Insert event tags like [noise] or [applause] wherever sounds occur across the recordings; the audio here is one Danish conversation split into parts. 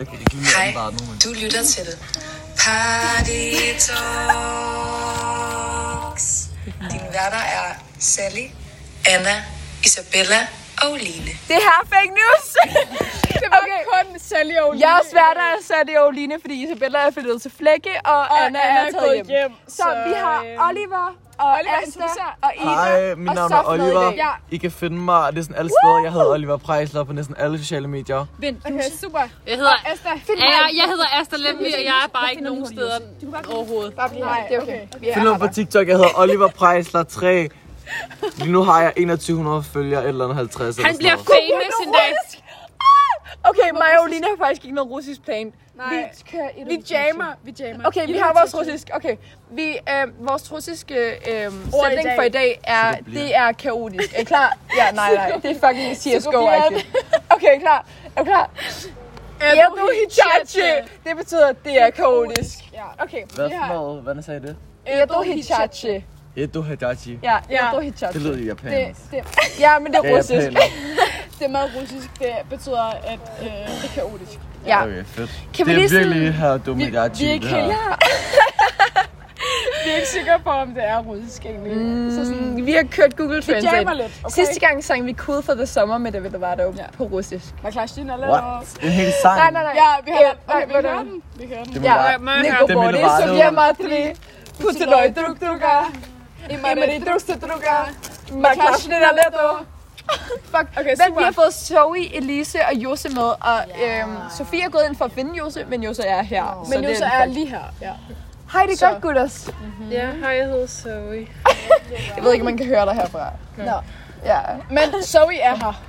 Du lyder Hej, bare nogen. du lytter til det. Party Talks. Dine værter er Sally, Anna, Isabella og Line. Det her er fake [laughs] news! Det var okay. kun Sally og jeg er svært at sætte i Oline, fordi Isabella er flyttet til Flække, og, og Anna, er taget hjem. hjem. Så, så vi har Oliver, og øh, Oliver Oliver er Asta, suser. og Ida, Hej, mit og navn så er Frederik. Oliver. Ja. I kan finde mig næsten alle steder. Jeg hedder Oliver Prejsler på næsten alle sociale medier. Vent, okay, super. Jeg hedder, Asta, ja, jeg, jeg hedder Asta Lemby, og jeg er bare ikke nogen steder overhovedet. Nej, det er okay. Vi er Find mig på TikTok. Jeg hedder Oliver Prejsler 3. Lige nu har jeg 2100 følgere, et eller andet 50 Han eller bliver sådan noget. famous en dag. Okay, mig og Oline har faktisk ikke noget russisk plan. Nej. Vi kører et Vi jammer. Vi jammer. Okay, vi har vores russisk. Okay, vi, øh, vores russiske øh, sætning dag. for i dag er, Så det bliver- det er kaotisk. Er I klar? Ja, nej, nej. Det er fucking CSGO-agtigt. Okay, klar. Er du klar? Edo Hitachi. Det betyder, det er kaotisk. Ja, okay. Hvad for noget? Hvordan sagde I det? Edo Hitachi. Edo Hidachi. Ja, Ja. Edo Det Hitachi. lyder japansk. Det, Ja, men det Det er er russisk. japansk. det er meget russisk. Det betyder, at øh, det er kaotisk. Ja. Okay, fedt. Kan vi det er lige sådan- virkelig her dumme Hidachi, vi er det her. Vi er ikke sikre på, om det er russisk egentlig. Mm. Så sådan, Mm, Vi har kørt Google vi jammer Translate. lidt, okay? Sidste gang sang vi Cool for the Summer med David Lovato Ja. på russisk. Var Klarstin eller? What? Det er en hel sang. Nej, nej, nej. Ja, vi har... nej, Okay, vi hører hvordan? den. Vi hører den. Det må Ja, være- Må jeg høre? Nico Det er Bordi, Milorado. Sofia Matri, Putinoj drug druga, Imari drug druga, Maklash Niraleto. [laughs] Fuck, okay, Men vi har fået Zoe, Elise og Jose med, og øhm, Sofie er gået ind for at finde Jose, men Jose er her. så Men det jo, så en er fuck. lige her. Ja. Hej, det er godt, gutters. Ja, hej, jeg hedder Zoe. Jeg ved ikke, om man kan høre dig herfra. Nå. Ja. Men Zoe er her.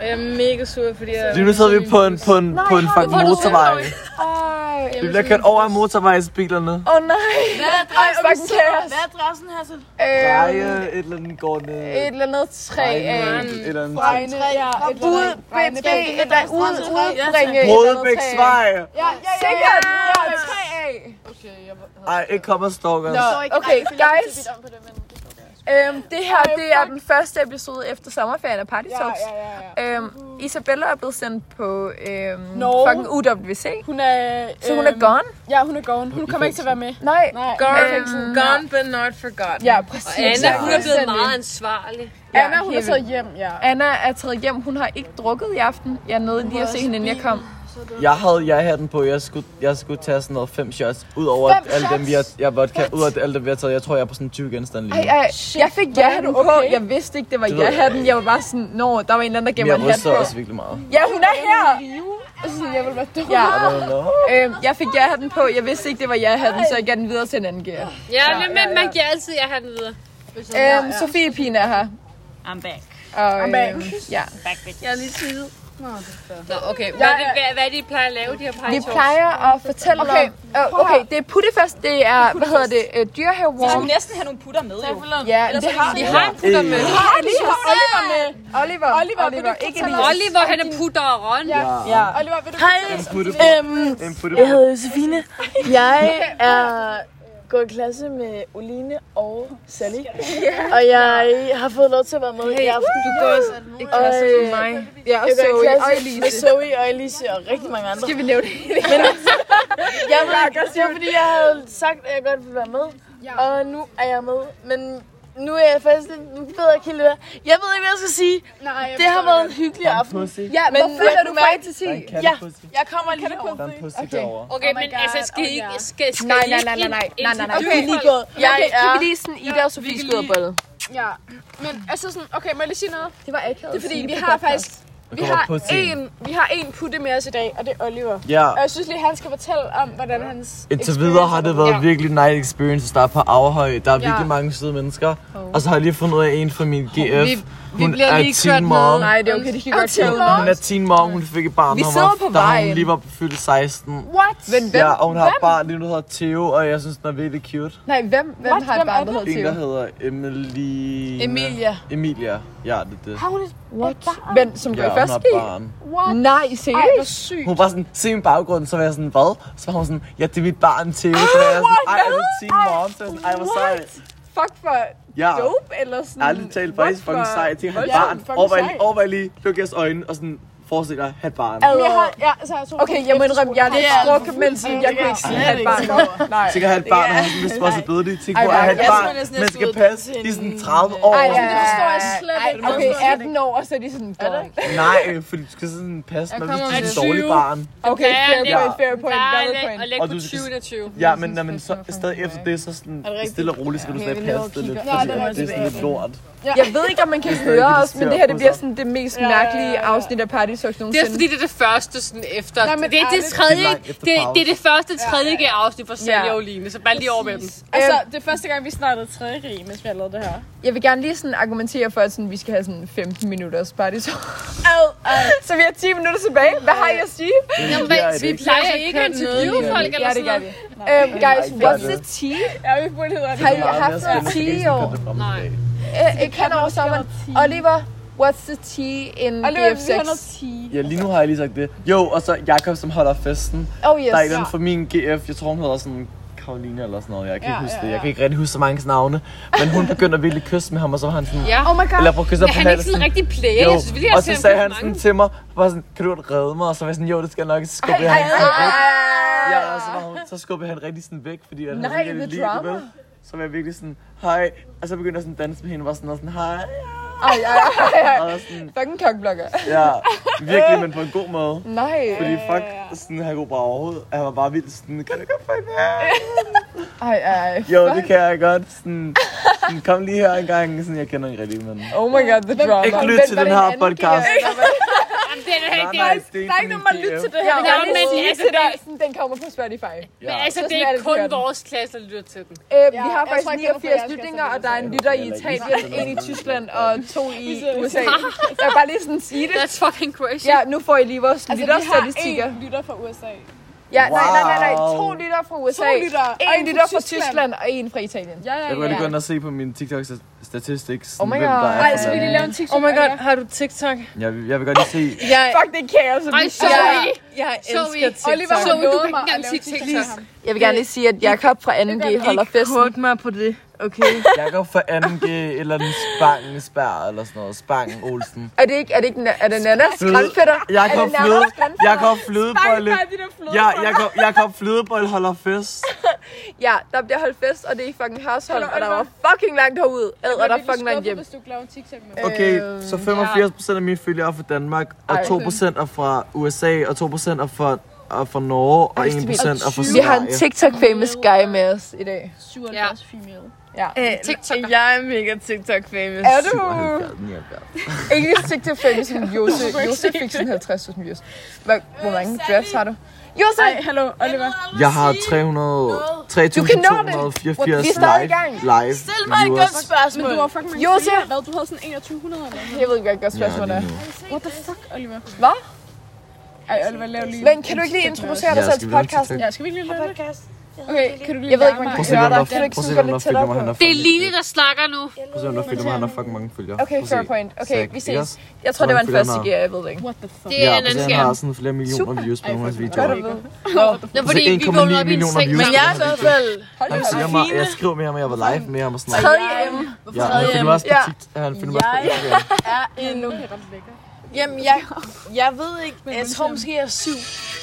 Og jeg er mega sur, fordi jeg... Lige nu sidder vi på en, på en, på en fucking hvor er du motorvej. sød. Ej. Vi bliver kørt over af motorvejsbilerne. Åh oh, nej. Hvad er Ej, fucking kaos. Hvad er adressen her så? Øhm, Dreje, et eller andet går ned. et eller andet træ af. Dreje, et eller andet træ. Regne, ja. et eller Ud, andet. bringe, Regne. eller ud, udbringe. et eller andet træ af. Brodebæksvej. Ja, ja, ja, ja. Sikkert. Ja, træ af. Ej, ikke kommer stalkers. Nå, okay, guys. Øhm, det her, Ej, det er fuck. den første episode efter sommerferien af Party Ja, Talks. ja, ja, ja. Øhm, Isabella er blevet sendt på øhm, Norge. fucking UWC, Hun er... øhm, så hun er gone. Ja, hun er gone. Hun kommer ikke til at være med. Øhm, Nej, Nej. Gone, Øhm, gone but not forgotten. Ja, præcis. Anna, hun er blevet Fuldstændig. meget ansvarlig. Ja, Anna, hun er helt taget hjem, ja. Anna er taget hjem. Hun har ikke drukket i aften. Jeg nåede lige at se hende, inden jeg kom. Jeg havde jeg havde den på. Jeg skulle, jeg skulle tage sådan noget fem shots. Udover Fem alle dem, vi har, shots? jeg vodka, ud over alle dem, vi har taget. Jeg tror, jeg er på sådan 20 genstande lige Ej, nu. ej, jeg fik ja-hatten Hvordan er på. du okay? Jeg vidste ikke, det var Det ved jeg ja-hatten. Jeg var bare sådan, nå, der var en eller anden, der gav Men mig jeg en hat ryster på. også virkelig meget. Ja, hun er her! Altså, jeg vil være dum. Ja, Oh, no. øhm, jeg fik ja-hatten på. Jeg vidste ikke, det var ja-hatten, så jeg gav den videre til en anden gear. Ja, men man giver altid, jeg har den videre. Øhm, Sofie Pina er her. I'm back. Og, I'm back. øhm, ja. Back bitch. Jeg er lige tid. Nå, okay. Hvad, er det, hvad, hvad er det, I plejer at lave, de her Vi pejtår? plejer at fortælle okay. om... øh, Okay, det er puttefest, det er, hvad hedder det, øh, dyrehave Jeg skulle warm. næsten have nogle putter med, jo. Ja, men det har Vi har en putter med. Har vi har Oliver med. Oliver, Oliver, vil Oliver du ikke fortælle Elias. Oliver, han er putter og Ron. Ja. Ja. Oliver, vil du Hej. Øhm, En putte jeg hedder Josefine. Jeg er gået i klasse med Oline og Sally. Og jeg har fået lov til at være med i aften. Du går i klasse med mig. Ja, og Jeg går i Zoe og klasse med Elise. Zoe og Elise og rigtig mange andre. Skal vi nævne det hele? Jeg var, det var fordi, jeg havde sagt, at jeg godt ville være med. Og nu er jeg med. Men nu er jeg faktisk lidt, nu ved jeg ikke helt, hvad. Jeg ved ikke, hvad jeg skal sige. Nej, jeg Det har været en hyggelig aften. Ja, men hvorfor føler er du du mig til 10? Ja. Jeg kommer lige over. Der er en pussy derovre. Okay, men God, altså, skal I oh, ikke... ja. Skal, skal Nej, I nej, ikke nej, nej, nej, ind- nej, nej, nej. interviewe Okay. folk? Jeg Jeg okay, kan er... vi lige sådan Ida og Sofie skyder bolden? Ja. Men altså sådan, okay, må jeg lige sige noget? Det var ikke Det er fordi, vi har faktisk... Vi kommer har, pussy. en, vi har en putte med os i dag, og det er Oliver. Ja. Og jeg synes lige, han skal fortælle om, hvordan hans... Indtil videre har det været Ja. virkelig nice experience at starte på Averhøj. Der er virkelig mange søde mennesker. Og så har jeg lige fundet ud af en fra min GF. Vi- vi Hun bliver er lige teen kørt mom. ned. Nej, det er okay, det kan I godt tælle. Hun er teen mom, hun fik et barn, Vi når hun sidder var- på da vejen. hun lige var fyldt 16. What? Men hvem? Ja, og hun har et barn lige nu, der hedder Theo, og jeg synes, den er virkelig cute. Nej, hvem, hvem What? har et Hvem barn, er der det? hedder En, Theo? der hedder Emily... Emilia. Emilia. Ja, det er det. Har hun et... What? Men som går Ja, i hun første har G? barn. What? Nej, Ej, seriøst? hvor sygt. Hun var sådan, se min baggrund, så var jeg sådan, hvad? Så var hun sådan, ja, det er mit barn, Theo. Så var jeg sådan, ej, er du teen mom? Så var jeg sådan, ej, hvor sej. Fuck for Ja. dope, eller sådan... Ærligt talt, faktisk What fucking for- sej. Tænk, han Voldsomt barn. fucking Overvej lige, sej. overvej lige. Luk jeres øjne og sådan Forestil dig, have et barn. Men jeg har, ja, så jeg tog Okay, jeg må indrømme, jeg er lidt struk, men sådan, jeg kan ikke sige, at barn. Nej. Tænk at have et barn, og have sådan en responsibility. Tænk Ej, på at nej. have et Jeg barn, tror næsten, jeg man skal skal ud passe til i sådan en- 30 år. Ej, sådan, det forstår jeg slet ikke. Okay, 18 år, og så er de sådan, godt. Nej, fordi du skal sådan passe, Jeg man hvis kommer du er med et dårligt 20. barn. Okay, Ja, fair det- point, fair point, valid Dejligt point. at lægge Og på du skal- 20 20. Ja, men når man så stadig efter det, så sådan stille og roligt skal du stadig passe det lidt, fordi det er sådan lidt lort. Jeg ved ikke, om man [laughs] kan ikke, høre de os, men ser det her det på bliver sig. sådan det mest mærkelige afsnit af Party Talks Det nogensinde. er fordi, det er det første sådan efter. Nej, Nej, men det, er det, ærligt. tredje, Det er langt efter det, pause. det, er det første tredje ja, afsnit for Sally Ja. og Line, så bare lige over med dem. Øhm. Altså, det er første gang, vi snakkede tredje rig, mens vi har lavet det her. Jeg vil gerne lige sådan argumentere for, at sådan, vi skal have sådan 15 minutters Party Talks. Så vi har 10 minutter tilbage. Hvad har jeg at sige? Jamen, det er hvad, vi det. plejer ikke at interviewe det. folk eller Ja, det sådan gør noget. vi. Øhm, guys, ikke what's det. the tea? Ja, vi burde hedder det. Har I haft noget tea år? Nej. Øh, Ikke hen over sommeren. Oliver, what's the tea in Oliver, vi har noget BF6? tea. Ja, lige nu har jeg lige sagt det. Jo, og så Jakob, som holder festen. Oh yes. Der er en eller anden fra min GF, jeg tror hun hedder sådan Karoline eller sådan noget, jeg kan ikke Ja, huske ja, det. ja. Jeg kan ikke rigtig huske så mange navne. Men hun begynder at ville kysse med ham, og så var han sådan... Ja. Oh my god. Eller prøv at kysse Men ham på han er ikke sådan en halsen. rigtig player. Jo, Jeg synes, vi lige har og set så ham sagde han på så sådan mange. til mig, bare sådan, kan du godt redde mig? Og så var jeg sådan, jo, det skal jeg nok. Så skubbede jeg han sådan væk. Ja, og så, var hun, så skubbede han rigtig sådan væk, fordi at Nej, han virkelig the lide det, drama. vel? Så var jeg virkelig sådan, hej. Og så begyndte jeg sådan at danse med hende, og var sådan, og sådan hej. Ej, ej, ej, ej. Og jeg var sådan, Fucking kokkeblokker. ja, [laughs] virkelig, men på en god måde. Nej. Fordi fuck, sådan, han kunne bare overhovedet. Han var bare vildt sådan, kan du godt få en her? Ej, ej. Jo, det kan jeg godt. Sådan, sådan, kom lige her en gang. Sådan, jeg kender ikke rigtig, men... Oh my god, the drama. Ikke lyt Vent, til var den det en her anden podcast. GF? Jamen, det er det ikke. Nej, nej, det. det Der er ikke nogen, der lytter til det her. Jeg vil Nå, gerne men lige sige altså, til dig, det- sådan, den kommer på Spotify. Men altså, Så sådan det er er det, ikke vi gør kun den. vores klasse, der lytter til den. Øh, vi Ja, har jeg faktisk tror ikke, det er 89 for jeres lytninger, klasse, og der er en det lytter i er ikke Italien, en i Tyskland og to i [laughs] USA. Jeg vil bare lige sådan sige det. That's fucking crazy. Ja, nu får I lige vores Altså, vi har lytterstatistikker. en lytter fra USA. Ja, nej, nej, nej, nej. Wow. To lytter fra USA. To lyttere, og en En lytter fra fra Tyskland Tyskland. og en fra Italien. Ja, ja, Jeg kunne rigtig godt at se på min TikTok-statistik. Oh my god. Ej, skal vi lige lave en TikTok? Oh my god, har du TikTok? Jeg, vil- jeg vil godt lige se. Jeg, Fuck, det er kaos. Ej, så jeg, er vi. jeg Så vi. elsker TikTok. Oliver Så har du kan lovet ikke mig at engang lave sige TikTok. TikTok. Jeg vil gerne lige sige, at Jakob fra 2G holder festen. Ikke mig på det, okay? Jeg går for 2G eller den Spang Spær eller sådan noget. Spang Olsen. Er det ikke, er det ikke, er det Nannas grandfætter? Jeg Er går det Nannas fløde. grandfætter? Jeg går flødebolle. Ja, jeg går, jeg går flødebolle holder fest. Ja, der bliver holdt fest, og det er i fucking Hørsholm, og der var fucking langt herud. Ad, og der er fucking langt hjem. Hvis du ikke laver en TikTok med Okay, så 85% af mine følgere er fra Danmark, og Ej. 2% er fra USA, og 2% er fra, er fra Norge, og 1% det er vildt. er fra Sverige. Vi har en TikTok-famous guy med os i dag. 77 female. TikTok. Jeg er mega TikTok-famous. Er du? 77, 79. Ikke TikTok-famous som Jose. Jose fik sådan 50.000 views. Hvor, hvor mange drafts har du? Jose! Ej, hallo, Oliver. Jeg har 300, Vi 3.284 er stadig i live, gang. live Stil mig et godt viewers. Men spørgsmål. du var fucking mange Josef! flere. Hvad, du havde sådan 2100 eller noget. Jeg ved ikke, hvad et godt spørgsmål Ja, er. lige nu. What the fuck, Oliver? Hvad? Ej, Oliver, lav lige. Men kan du ikke lige introducere dig Ja, skal selv til vi lave en podcasten? TikTok? Ja, skal vi ikke lige lave det? Okay, kan du lige Jeg ved ikke, man Prøv kan at se, høre hvem der dig. Kan du ikke prøv at se, sådan gå hvem der lidt tættere filmer, på? han har Det er fucking- Line, der snakker nu. Prøv at se, hvem der filmer, han har fucking mange følgere. Okay, Prøv at fair se. point. Okay, Zach, vi ikke ses. også? Jeg tror, det var en Hvor mange første følgere gear, jeg ved det ikke. What the fuck? Det han er har? en Ja, anden fordi han skærm. har sådan flere millioner views på nogle af hans videoer. Godt at vide. Nå, fordi vi 1,9 vågnede op i en millioner seng views. sammen. Jeg er i hvert fald... Han siger mig, jeg skriver med ham, at jeg var live med ham og sådan noget. Tredje M. Ja, han filmer også på TikTok. Han filmer også på Instagram. Jamen, jeg, jeg ved ikke. Jeg tror måske, jeg er 7.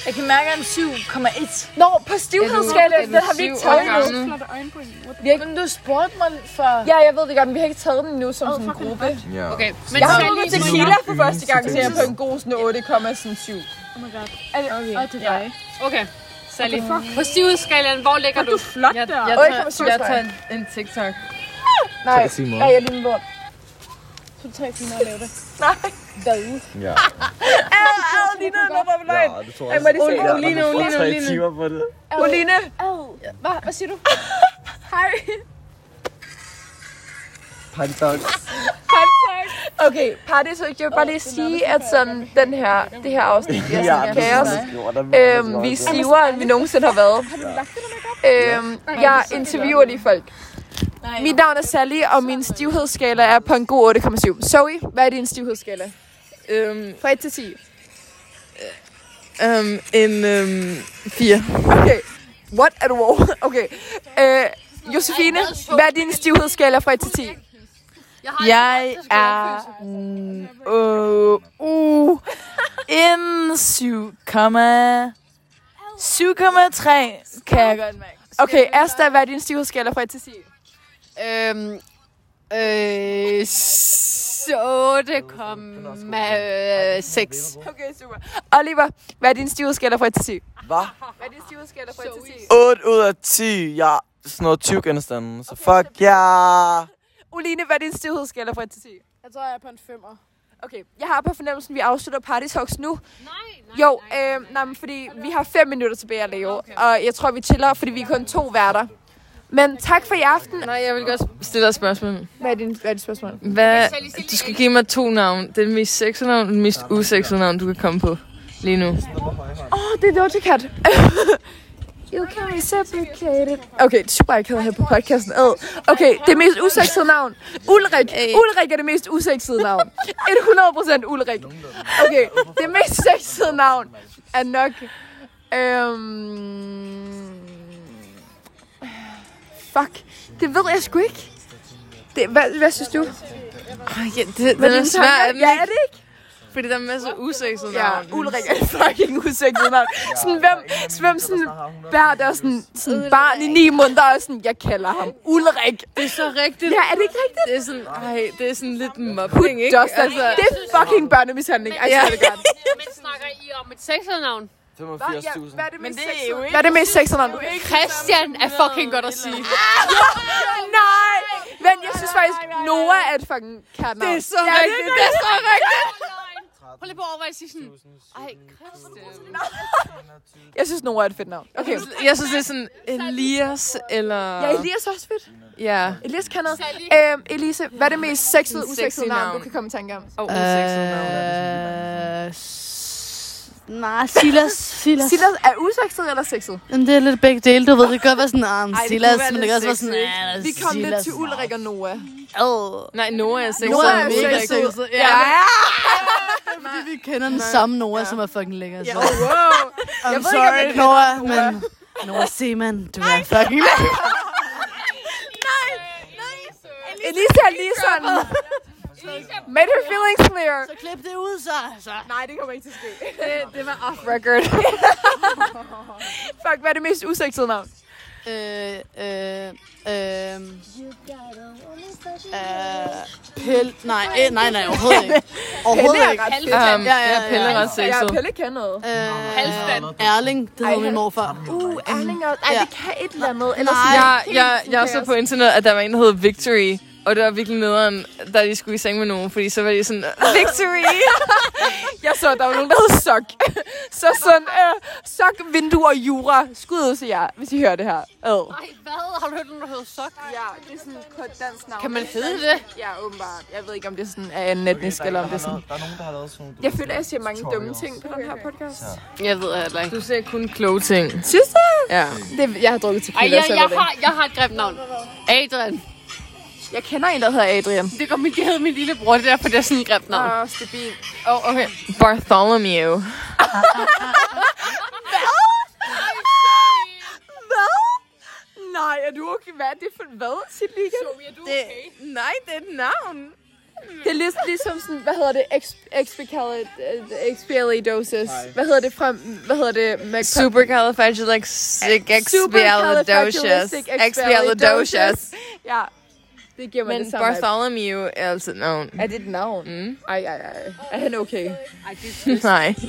Jeg kan mærke, at jeg er en 7,1. Nå, på stivhedsskala, den har vi ikke taget endnu. Flotte øjenbryn. What the Men du spurgte mig for... Ja, jeg ved det godt, men vi har ikke taget den nu som sådan en gruppe. Ja. Okay, men Jeg så har drukket tequila for første gang, så jeg er på en god sådan 8,7. Oh my god. Er det, okay. Og det er dig. Okay, Sally. På stivhedsskalaen, hvor ligger du? Flot der. Jeg Oj, tager, kom, syv, jeg tror jeg. tager en, en TikTok. Nej, Tak, Simon. ja, jeg er lige en lort. To, tre timer at lave det. Ja. Ad, Line, nu var vi løgn. Ja, det tror Ej, må de se Ja, Uline, man har fået Uline, tre Uline. timer på det. Uline. Hvad, hvad siger du? Hej. Party dog. Okay, Party, så jeg vil bare lige sige, at sådan den her, det her afsnit [laughs] bliver Ja, sådan det er kaos. sådan, man skriver. Der er mange, der Øhm, skriver vi er det. sivere, end vi nogensinde har været. Øhm, jeg interviewer lige folk. Mit navn er Sally, og min stivhedsskala er på en god 8,7. Zoe, hvad er din stivhedsskala? Øhm, Fra 1 til 10. øhm, en øhm, 4. Okay. What at war? Okay. Øh, Josefine, hvad er din stivhedsskala fra 1 til 10? Jeg har Jeg aldrig haft det så godt. er uh, uh, en 7, 7,3 kan jeg godt mærke. Okay, Asta, hvad er din stivhedsskala fra 1 til 10? Øhm, øh, s- 8,6. Okay, super. Oliver, hvad er din stivhedsskala fra 1 til 10? Hvad? Hvad er din stivhedsskala fra 1 til 10? 8 ud af 10. Jeg er sådan noget 20 genstande. Så fuck ja. Yeah. Uline, hvad er din stivhedsskala fra 1 til 10? Jeg tror, jeg er på en femmer. Okay, jeg har på fornemmelsen, at vi afslutter Party Talks nu. Nej, nej, Jo, øh, nej, men fordi vi har 5 minutter tilbage at lave, og jeg tror, vi chiller, fordi vi er kun to værter. Men tak for i aften. Nej, jeg vil godt stille dig et spørgsmål. Hvad er din, hvad er dit spørgsmål? Hvad, du skal give mig to navne. Det er den mest sexede navn, og den mest usexede navn, du kan komme på lige nu. Det er Doja Cat. [laughs] you can be separated. Okay, super akavet her på podcasten. Ad. Okay, det mest usexede navn. Ulrik. Ulrik er det mest usexede navn. 100% Ulrik. Okay, det mest sexede navn er nok... Øhm... Fuck, det ved jeg sgu ikke. Det, hvad, hvad synes du? Ja, det, den Hvad er dine svær, tanker? er den Ja, ikke? er det ikke? Fordi der er masser af usexede Ja, navne. Ulrik er et fucking usikset navn. Sådan, hvem, hvem sådan bærer der sådan, sådan barn i ni måneder, og sådan, jeg kalder ham Ulrik. Det er så rigtigt. Ja, er det ikke rigtigt? Det er sådan, ej, det er sådan lidt Put mobbing, ikke? dust, altså. Det er fucking børnemishandling. Altså, Ej, Ja. ja. det godt. men snakker I om et sexernavn? 85.000. Hvad er det mest sexet? Hvad er det mest sexet navn? Christian er fucking godt at sige. Nej! Men jeg synes faktisk, Noah er et fucking kært navn. Det er så rigtigt. Det er så rigtigt. Prøv lige på at overveje at sige sådan, ej, Christian. Jeg synes, Noah er et fedt navn. Okay. Jeg synes, det er sådan Elias, eller... Ja, Elias er også fedt. Ja. Elias kan noget. Øhm, Elise, hvad er det mest sexede, usexede navn, du kan komme i tanke om? Og usexede navn. Øh, s- Nej, Silas, Silas. Silas er usexet eller sexet? Jamen, det er lidt begge dele, du ved. Det kan godt være sådan, ah, kunne Silas, være men det lidt kan også være sådan, sexet. ah, Vi kom lidt Silas. til Ulrik og Noah. Ad. Nej, Nora er sexet. Nora er Nora mega ikke. sexet. Ja, fordi vi kender den samme Nora, som er fucking lækker. Så. I'm sorry, Nora, men... Nora Seaman, du er fucking lækker. Elisa er [laughs] lige sådan. Made her feelings clear. Så klip det ud, så. så. Nej, det kommer ikke til at ske. Det, det var off [laughs] record. Fuck, hvad er det mest usexede navn? Øh, øh, øh, øh, Pelle, nej, øh, nej, nej, overhovedet ikke. Overhovedet ikke. ret Um, Ja, ja, ja, ja, ja. Pelle er ret Ja, sexet. Pelle kan noget. Øh, Erling, det hedder min morfar. Oh Uh, Erling og... Ej, Ja. det kan et eller andet. Eller sådan, Jeg, jeg, jeg så på internet, at der var en, der hed Victory. Og det var virkelig nederen, da de skulle i seng med nogen, fordi så var de sådan, "Øh." Victory! [laughs] jeg så, der var nogen, der hed Sok. [laughs] så sådan, øh, Sok, vindue og jura. Skud ud til jer, hvis I hører det her. Ad. Ej, hvad? Har du hørt nogen, der hedder Sok? Ja, det er sådan på et dansk navn. Kan man hedde det? Ja, åbenbart. Jeg ved ikke, om det er sådan er en etnisk, eller om det er sådan... Der er nogen, der har lavet sådan nogle... Jeg føler, at jeg siger mange dumme ting på den her podcast. Jeg ved heller ikke. Du ser kun kloge ting. Synes du? Ja. Det, jeg har drukket tequila, Ej, jeg, så jeg, jeg, ved det har, jeg har et grimt navn. Adrian. ikke. jeg kender en, der hedder Adrian. Det går min, det hed min lillebror, det er derfor, det er sådan et grimt navn. Åh, stabil. Oh, okay. Bartholomew. [laughs] Hvad? Nej, er du okay? Hvad er det for hvad? Sig det lige igen. Det, nej, det er et navn. Det er ligesom, ligesom sådan, hvad hedder det? Ex- Expelliardosis. Hvad hedder det fra, hvad hedder det? Med Supercalifragilisticexpialidocious. Expialidocious. Ja, det giver mig Men det samme. vibe. Bartholomew er altså et navn. Er det et navn? Mm. Ej, ej, ej. Er han okay? Nej. Nej. Det er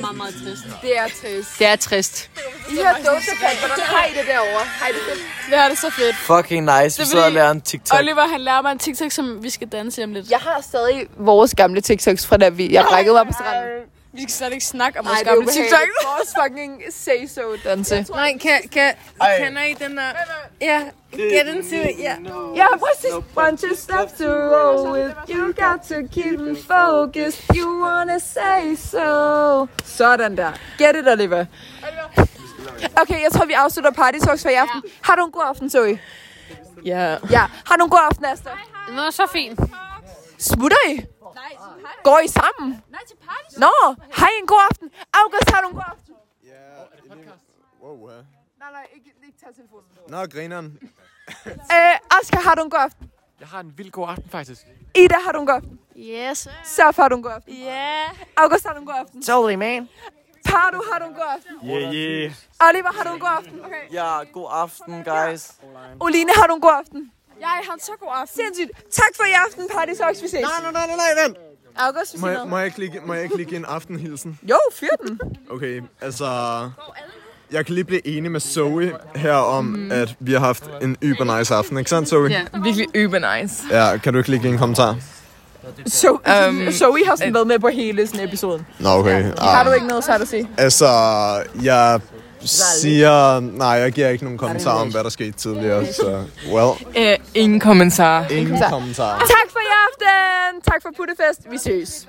meget, meget trist. Det er trist. Det er trist. I har Doja Cat, hvordan har I det derovre? Har I det fedt? Det er det så fedt. Fucking nice. Vi er sidder og fordi- lærer en TikTok. Oliver, han lærer mig en TikTok, som vi skal danse om lidt. Jeg har stadig vores gamle TikToks fra da vi, jeg brækkede mig på stranden. Vi skal slet ikke snakke om Nej, vores det er gamle ubehageligt. TikTok. Vores fucking say so danse. Nej, kan, kan, Ej. kender I den der... Ja, get into it, ja. Ja, præcis. Bunch of stuff to roll with. You got to keep me focused. You wanna say so. Sådan der. Get it, Oliver. Okay, jeg tror, vi afslutter Party Talks for i aften. Har du en god aften, Zoe? Ja. Ja. Har du en god aften, Asta? Det var så fint. Smutter I? Går I sammen? Nej, til Nå, har I en god aften? August, har du en god aften? Wow, ja. Nej, nej, ikke, ikke tage telefonen. Nå, grineren. Øh, Asger, har du en god aften? Jeg har en vild god aften, faktisk. Ida, har du en god aften? Yes, sir. Saf, har du en god aften? Yeah. August, har du en god aften? Totally, man. Pardo, har du en god aften? Yeah, yeah. Oliver, har du en god aften? Okay. Ja, god aften, guys. Oline, har du en god aften? Jeg har en så god aften. Sindssygt. Tak for i aften, Party Socks. Vi ses. Nej, nej, nej, nej, vent. August, vi Må ses. jeg, må, jeg ikke lige, må jeg ikke lige give en aftenhilsen? Jo, fyr den. Okay, altså... Jeg kan lige blive enig med Zoe her om, mm. at vi har haft en yber nice aften, ikke sandt, Zoe? Mhm. Ja, virkelig uber nice. Ja, kan du ikke lige give en kommentar? So, um, Øhm, Zoe har øh, sådan været med på hele sådan episoden. Nå, okay. Har Ah. du ikke noget sejt at sige? Altså, jeg siger... Nej, jeg giver ikke nogen kommentar om, hvad der skete tidligere, så... Well, Uh, Øh, ingen kommentarer. ingen kommentar. Tak for i aften. Tak for Puttefest. Vi ses.